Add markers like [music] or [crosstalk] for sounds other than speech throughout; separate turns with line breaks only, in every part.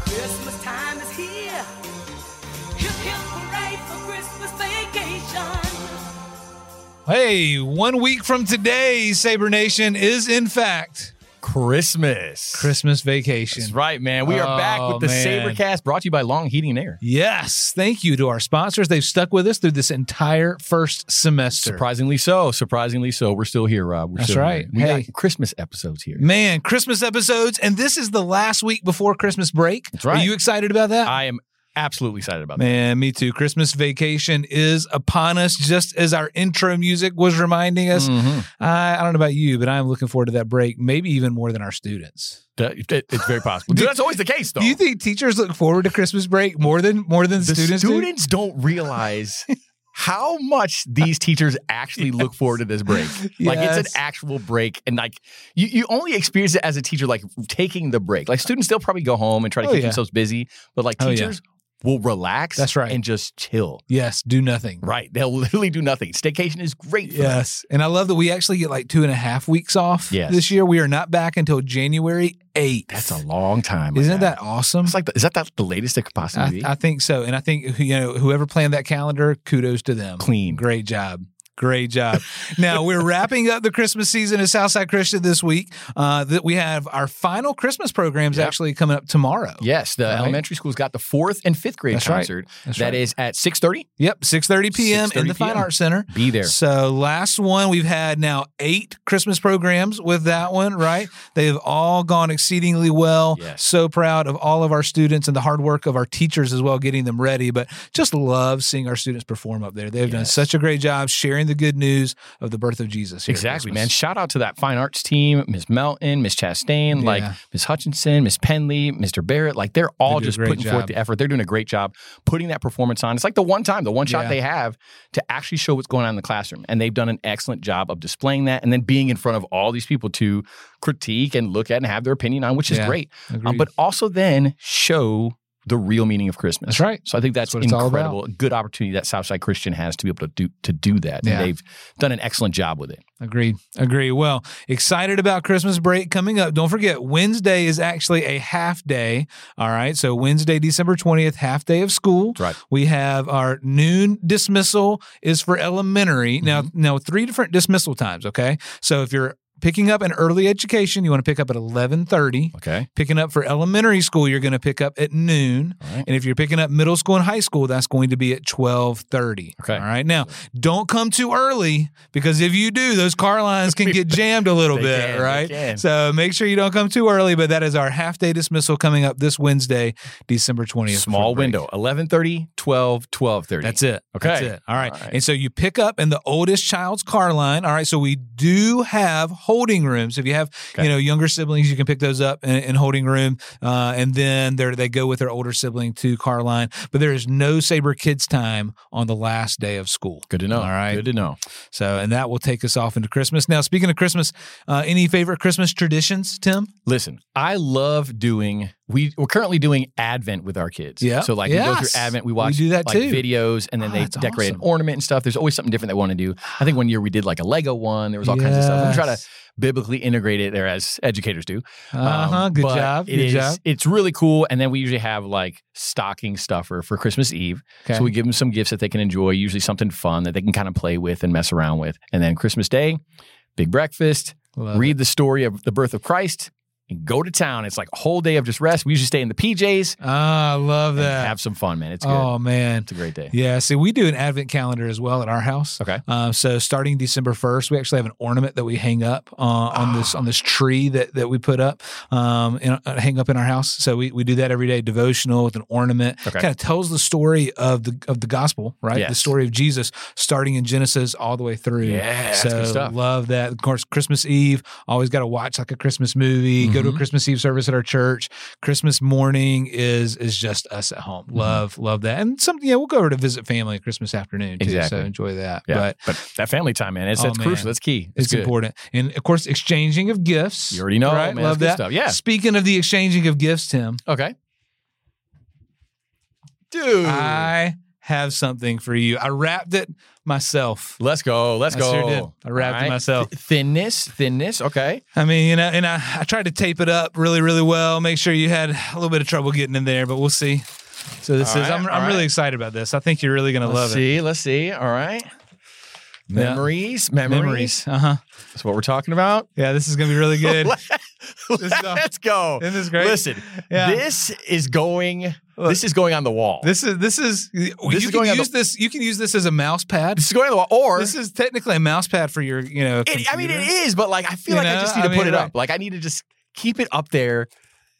Christmas time is here. Hip, hip, hooray for Christmas vacation.
Hey, one week from today, Saber Nation is in fact
Christmas.
Christmas vacation.
That's right, man. We are back
Oh,
with the
man.
Sabercast brought to you by Long Heating and Air.
Yes, thank you to our sponsors. They've stuck with us through this entire first semester.
Surprisingly so. Surprisingly so. We're still here, Rob. We're
That's
still
right.
Here. We
Hey.
got Christmas episodes here.
Man, Christmas episodes, and this is the last week before Christmas break.
That's right.
Are you excited about that?
I am absolutely excited about that.
Man, me too. Christmas vacation is upon us, just as our intro music was reminding us.
Mhm.
I, I don't know about you, but I'm looking forward to that break, maybe even more than our students.
That- it- it's very possible. Dude, that's always the case, though.
[laughs] Do you think teachers look forward to Christmas break more than more than
the
students?
students,
do? [laughs]
don't realize how much these teachers actually look forward to
[laughs]
this break. Like it's
Yes.
an actual break, and like you, you only experience it as a teacher, like taking the break. Like students, they'll probably go home and try to
Oh,
keep
yeah.
themselves busy, but like
Oh, yeah.
teachers will relax.
That's right.
and just chill.
Yes, do nothing.
Right, they'll [laughs] literally do nothing. Staycation is great. For them.
Yes. And I love that we actually get like two and a half weeks off
Yes.
this year. We are not back until January 8th.
that's a long time. my
Isn't
guy.
that awesome?
It's like the, is that that the latest it could possibly
I,
be?
I think so. And I think, you know, whoever planned that calendar, kudos to them.
Clean.
Great job. Great
[laughs]
job. now we're wrapping up the Christmas season at Southside Christian this week. Uh, that we have our final Christmas programs
Yep.
actually coming up tomorrow.
Yes, the
Right.
elementary school's got the fourth and fifth grade
That's right.
concert. That
That's
is
right.
at six thirty.
Yep, six thirty p.m. in
6:30
the Fine
p.m..
Arts Center.
Be there.
So last one we've had now eight Christmas programs with that one, right? They have all gone exceedingly well.
Yes.
So proud of all of our students and the hard work of our teachers as well, getting them ready. But just love seeing our students perform up there. They've done
Yes.
such a great job sharing the good news of the birth of Jesus. Here at
Exactly, man.
Christmas.
Shout out to that fine arts team, Miss Melton, Miss Chastain, like
Yeah.
Miss Hutchinson, Miss Penley, Mr. Barrett. Like they're all
do a
just
great
putting
job.
forth the effort. They're doing a great job putting that performance on. It's like the one time, the one shot
Yeah.
they have to actually show what's going on in the classroom. And they've done an excellent job of displaying that and then being in front of all these people to critique and look at and have their opinion on, which is
Yeah.
great. Um,
Agreed.
but also then show the real meaning of Christmas.
That's right.
So I think that's,
That's what it's all about.
incredible. A good opportunity that Southside Christian has to be able to do to do that.
Yeah.
And they've done an excellent job with it.
Agreed. Agreed. Well, excited about Christmas break coming up. Don't forget, Wednesday is actually a half day. All right. So, Wednesday, December 20th, half day of school.
That's right.
We have our noon dismissal is for elementary. Now,
Mm-hmm.
now three different dismissal times. Okay. So, if you're picking up an early education, you want to pick up at 1130.
Okay.
Picking up for elementary school, you're going to pick up at noon.
All right.
And if you're picking up middle school and high school, that's going to be at 12:30.
Okay.
All right. Now, don't come too early because if you do, those car lines can get jammed a little
[laughs] They
bit,
can, they
right?
can.
So, make sure you don't come too early, but that is our half-day dismissal coming up this Wednesday, December 20th.
small
for break.
window 11.30 12 12.30
That's it.
Okay.
That's it. All right.
All right.
And so you pick up in the oldest child's car line. All right. So we do have holding rooms. If you have,
Okay.
you know, younger siblings, you can pick those up in, in holding room. Uh, and then there they go with their older sibling to car line. But there is no Saber Kids time on the last day of school.
good to know
All right.
good to know
So, and that will take us off into Christmas. Now, speaking of Christmas, uh, any favorite Christmas traditions, Tim?
listen i love doing we, we're currently doing advent with our kids
Yeah.
so like we go
Yes.
through advent we
We
watch
do that
like
too.
videos and then
Oh,
they
that's
decorate
awesome.
an ornament and stuff there's always something different they want to do i think one year we did like a lego one there was all kinds of stuff we try to
Yes.
biblically integrate it there as educators do Um,
Uh huh. good
but
job.
it
Good
is-
job.
It's really cool. And then we usually have like stocking stuffer for Christmas Eve.
Okay.
So we give them some gifts that they can enjoy, usually something fun that they can kind of play with and mess around with. And then Christmas Day, big breakfast,
Love
read the story of the birth of Christ, and go to town. It's like a whole day of just rest. We usually stay in the PJs
it. Ah, I love
and
that.
have some fun, man. It's good.
oh, man.
It's a great day.
Yeah, see, we do an advent calendar as well at our house.
Okay.
Uh, so starting December first, we actually have an ornament that we hang up uh, on this on this tree that that we put up, um, in, uh, hang up in our house. So we, we do that every day, devotional with an ornament.
Okay.
Kind of tells the story of the of the gospel, right? The
Yes.
story of Jesus, starting in Genesis all the way through.
Yeah, that's
so
good stuff.
love that. Of course, Christmas Eve, always got to watch like a Christmas movie. Go to a
Mhm.
Christmas Eve service at our church. Christmas morning is is just us at home.
Mm-hmm.
Love, love that. And some yeah, we'll go over to visit family on Christmas afternoon too.
Exactly.
So enjoy that.
Yeah.
But
But, that family time, man, it's,
Oh,
that's
man.
crucial. That's key.
it's,
good.
important. And of course, exchanging of gifts.
You already know,
Right?
man.
Love
that's good
that.
stuff. Yeah.
Speaking of the exchanging of gifts, Tim,
Mm. Okay. Dude.
I have something for you. I wrapped it myself.
Let's go. Let's
I
go.
sure did. I wrapped it
All
myself.
Th- thinness, thinness. Okay.
I mean, you know, and I, I tried to tape it up really, really well. Make sure you had a little bit of trouble getting in there, but we'll see. So this
All
is
right,
I'm,
all
I'm really
right.
excited about this. I think you're really gonna
Let's
love it.
see. Let's see. All right.
Yeah.
Memories, memories.
Memories. Uh huh.
That's what we're talking [laughs] about.
Yeah, this is gonna be really good. is awesome.
Let's [laughs] go.
Isn't this great?
Listen,
Yeah.
this is going.
Look.
this is going on the wall.
This is this is you
is
can
going on the-
use this you can use this as a mouse pad.
This is going on the wall. Or
This is technically a mouse pad for your you know.
it, I mean, it
computer.
is, but like I feel
You
like
know,
I just need
I
to put
mean,
it
like-
up. Like I need to just keep it up there.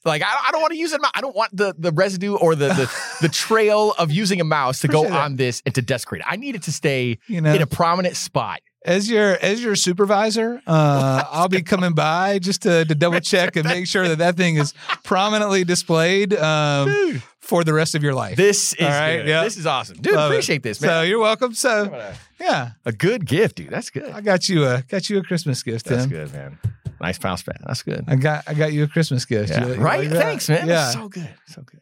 Like I, I don't want to use it. I don't want the the residue or
[laughs]
the the, the trail of using a mouse to go
Appreciate that.
on this and to desecrate. it. I need it to stay
You know,
in a prominent spot.
as your as your supervisor, uh, I'll be coming by just to, to double check and make sure that that thing is prominently displayed
[laughs]
um, for the rest of your life.
This is
All right,
good.
yeah.
this is awesome, dude.
Love it.
appreciate this,
So
man.
you're welcome. So
a,
yeah,
a good gift, dude. That's good.
I got you a got you a Christmas gift, Tim.
That's good, man. Nice mouse pad. That's good.
I got I got you a Christmas gift. You-
Yeah.
you
Right?
like that?
Thanks, man.
Yeah.
That's so good. So good.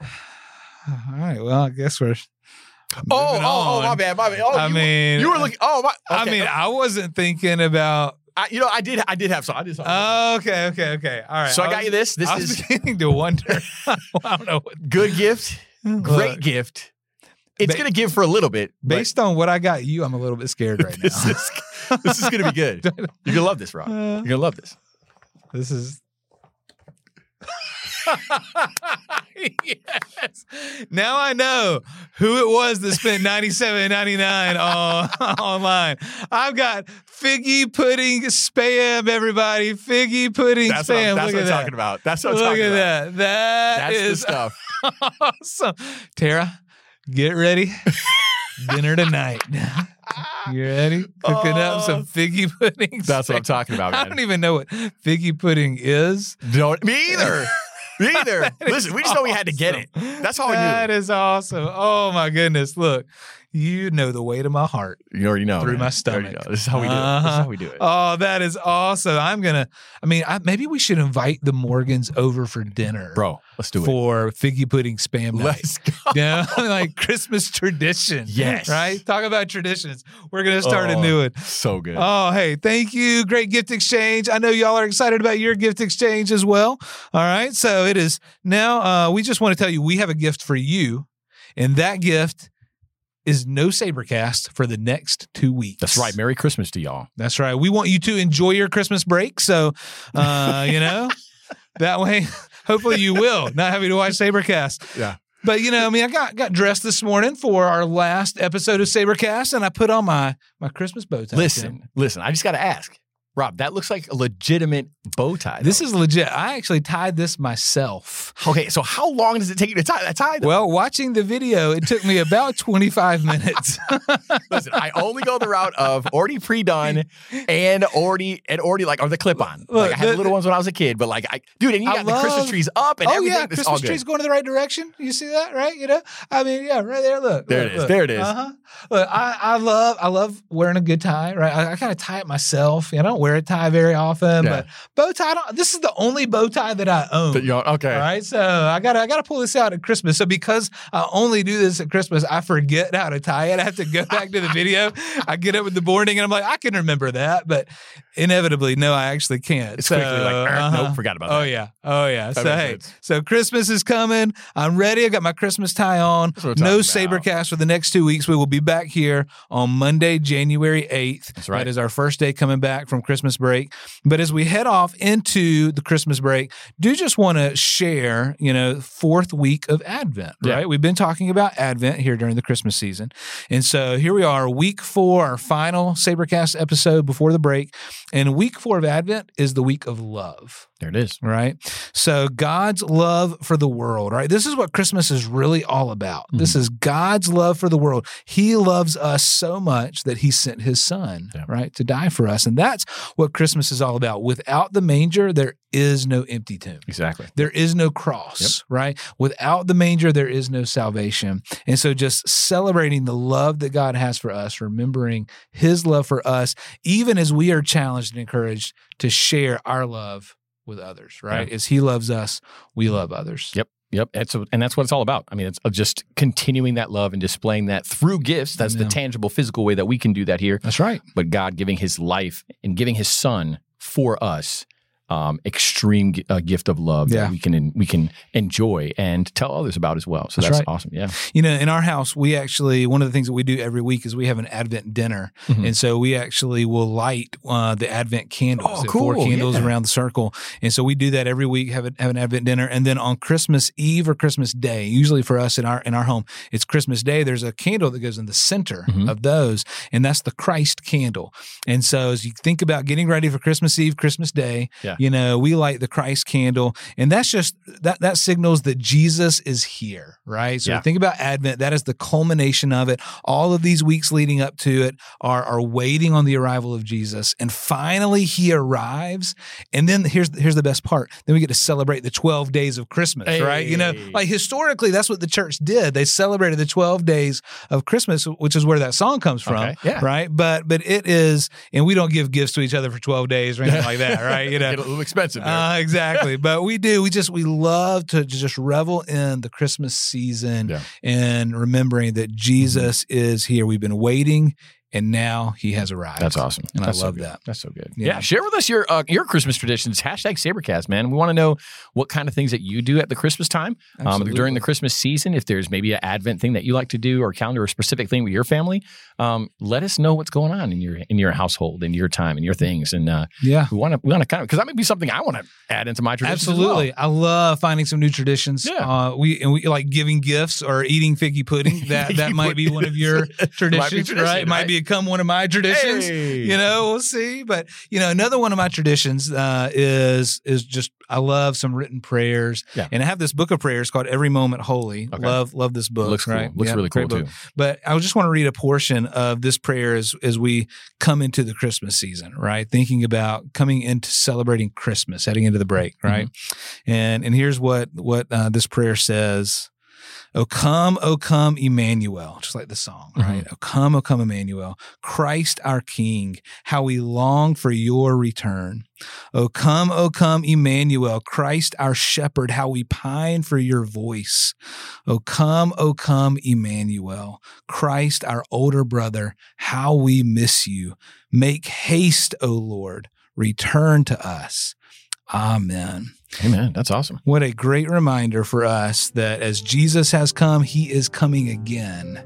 All right. Well, I guess we're.
Oh,
moving
oh, oh,
on.
my bad, my bad. Oh,
I
you,
mean,
you were looking. Oh, my.
I
okay.
mean, I wasn't thinking about.
I, you know, I did, I did have some. I did some.
Oh, okay, okay, okay. All right.
so I, got
was-
you this. This
I was
is
[laughs] beginning to wonder. I don't know. What,
[laughs]
[laughs]
good gift, great
Look,
gift. It's
Ba-
gonna give for a little bit. but [laughs]
based on what I got you, I'm a little bit scared right
this
now.
is this is gonna be good. You're gonna love this, Rob. You're
[laughs] Uh,
gonna love this.
this is. yes. Now I know who it was that spent ninety seven ninety nine on [laughs] online. I've got figgy pudding spam, everybody. Figgy pudding
That's what
spam.
I'm, that's
Look
what I'm
at that.
talking about. That's what I'm
Look
talking
at that.
about.
That
That's the
is
stuff.
[laughs] awesome. Tara, get ready. Dinner tonight. You ready? Cooking up some figgy pudding.
That's what I'm talking about,
I don't
man.
even know what figgy pudding is.
Don't
[laughs]
me either. Me either. [laughs] Listen, we just know we had to get it. That's all we
That
knew.
is awesome. Oh my goodness. Look, you know the weight of my heart.
You already know.
Through
man.
my
You already
stomach.
know. This is how we do it. This is
Uh-huh.
how we do it.
Oh, that is awesome. I'm going to, I mean, I, maybe we should invite the Morgans over for dinner.
Bro, let's do it.
For figgy pudding spam night. [laughs]
[laughs] Let's go.
Yeah, like Christmas tradition.
Yes.
Right? Talk about traditions. We're going to start a
Oh.
new one.
So good.
Oh, hey, thank you. Great gift exchange. I know y'all are excited about your gift exchange as well. All right. So it is now, uh, we just want to tell you we have a gift for you, and that gift is no Sabercast for the next two weeks.
That's right. Merry Christmas to y'all.
That's right. We want you to enjoy your Christmas break. So, uh,
[laughs]
you know, that way, hopefully you will, not having to watch Sabercast.
Yeah.
But, you know, I mean, I got, got dressed this morning for our last episode of Sabercast and I put on my, my Christmas bow tie.
Listen,
Tim.
listen, I just got to ask. Rob, that looks like a legitimate bow tie.
This
though.
is legit. I actually tied this myself.
okay. So, how long does it take you to tie that tie? though?
Well, watching the video, it took me about 25
[laughs]
minutes.
[laughs] Listen, I only go the route of already pre-done and already and already like or the clip-on.
Look,
like I had
the-
little ones when I was a kid, but like I, dude, and you
I
got the Christmas
love-
trees up and
oh,
everything.
yeah.
It's all
Christmas
good.
tree's going in the right direction. You see that, right? You know, I mean, yeah, right there. Look.
There
look,
it is.
look.
There it is.
Uh-huh. Look, I, I love I love wearing a good tie, right? I, I kind of tie it myself. You know, I don't wear a tie very often,
Yeah.
but bow tie. I don't, this is the only bow tie that I own.
But y'all- okay.
All right, so I gotta I gotta pull this out at Christmas. So because I only do this at Christmas, I forget how to tie it. I have to go back to the
[laughs]
video. I get up in the morning and I'm like, I can remember that, but inevitably, no, I actually can't.
It's
So,
quickly like, er,
uh-huh.
[laughs] nope, forgot about
Oh
that.
yeah, oh yeah. so
makes
hey,
sense.
so Christmas is coming. I'm ready. I got my Christmas tie on.
what we're
No
talking about.
Sabercast for the next two weeks. We will be back here on Monday, January 8th.
That's right.
That is our first day coming back from Christmas break. But as we head off into the Christmas break, do just want to share, you know, fourth week of Advent,
Yeah.
right? We've been talking about Advent here during the Christmas season. And so here we are, week four, our final Sabercast episode before the break. And week four of Advent is the week of love
There it is.
right? So God's love for the world, right? This is what Christmas is really all about. This is God's love for the world. He loves us so much that he sent his son,
Yeah.
right, to die for us. And that's what Christmas is all about. Without the manger, there is no empty tomb.
Exactly.
There is no cross, right? Without the manger, there is no salvation. And so, just celebrating the love that God has for us, remembering his love for us, even as we are challenged and encouraged to share our love with others, right? As he loves us, we love others.
Yep. Yep. That's and that's what it's all about. I mean, it's uh, just continuing that love and displaying that through gifts. That's
Yeah.
the tangible, physical way that we can do that here.
That's right.
But God giving His life and giving His Son for us, um, extreme gi- uh, gift of love
Yeah.
that we can we can enjoy and tell others about as well. So
That's
that's,
right.
awesome. Yeah.
You know, in our house, we actually, one of the things that we do every week is we have an Advent dinner.
Mhm.
And so we actually will light uh, the Advent candles,
Oh,
the four
cool.
candles
Yeah.
around the circle. And so we do that every week, have, an have an Advent dinner. And then on Christmas Eve or Christmas Day, usually for us in our, in our home, it's Christmas Day. There's a candle that goes in the center
Mhm.
of those, and that's the Christ candle. And so as you think about getting ready for Christmas Eve, Christmas Day,
Yeah.
you know, we light the Christ candle. And that's just, that, that signals that Jesus is here, right? So
Yeah.
think about Advent. That is the culmination of it. All of these weeks leading up to it are, are waiting on the arrival of Jesus. And finally he arrives. And then here's, here's the best part. Then we get to celebrate the 12 days of Christmas, right? You know,
Hey.
like historically, that's what the church did. They celebrated the 12 days of Christmas, which is where that song comes from.
Okay. Yeah.
Right. But, but it is, and we don't give gifts to each other for 12 days or anything like
[laughs]
that, right? You know,
Get a little expensive. there.
uh,
[laughs]
exactly. but we do. We just we love to just revel in the Christmas season
Yeah. Mm-hmm.
and remembering that Jesus is here. We've been waiting, and now He has arrived.
That's awesome.
And I
That's so
love
good.
that.
That's so good.
Yeah.
Yeah. Share with us your uh, your Christmas traditions. Hashtag Sabercast, man. We want to know what kind of things that you do at the Christmas time um,
Absolutely.
during the Christmas season. If there's maybe an Advent thing that you like to do or calendar or specific thing with your family, um, let us know what's going on in your in your household, in your time, in your things. And uh,
Yeah.
we want to we want to kind of because that may be something I want to add into my tradition.
Absolutely, I love finding some new traditions.
Yeah.
Uh, we and we like giving gifts or eating figgy
[laughs]
pudding. That that
Figgy
might be one of your
[laughs]
traditions,
tradition,
right? Might
right?
become one of my traditions. you know we'll see but you know another one of my traditions uh, is is just i love some written prayers
Yeah.
and i have this book of prayers called every moment holy
Okay.
love love this book
looks
right
cool. Looks
Yeah,
really cool
great book.
too.
but i just want to read a portion of this prayer as as we come into the christmas season right thinking about coming into celebrating christmas heading into the break right and and here's what what uh, this prayer says O come, O come, Emmanuel, just like the song, right? O come, O come, Emmanuel, Christ our King, how we long for your return. O come, O come, Emmanuel, Christ our Shepherd, how we pine for your voice. O come, O come, Emmanuel, Christ our older brother, how we miss you. Make haste, O Lord, return to us. Amen.
Hey man, that's awesome.
What a great reminder for us that as Jesus has come, he is coming again.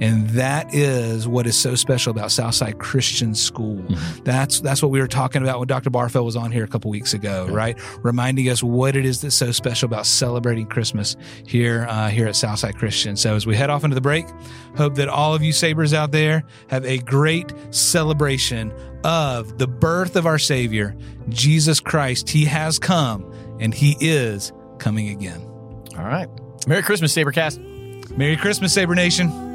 And that is what is so special about Southside Christian School.
Mhm.
That's that's what we were talking about when Dr. Barfeld was on here a couple weeks ago,
Yeah.
right? Reminding us what it is that's so special about celebrating Christmas here uh, here at Southside Christian. So as we head off into the break, hope that all of you Sabres out there have a great celebration of the birth of our Savior, Jesus Christ. He has come and he is coming again.
All right. Merry Christmas, Sabercast.
Merry Christmas, Sabre Nation.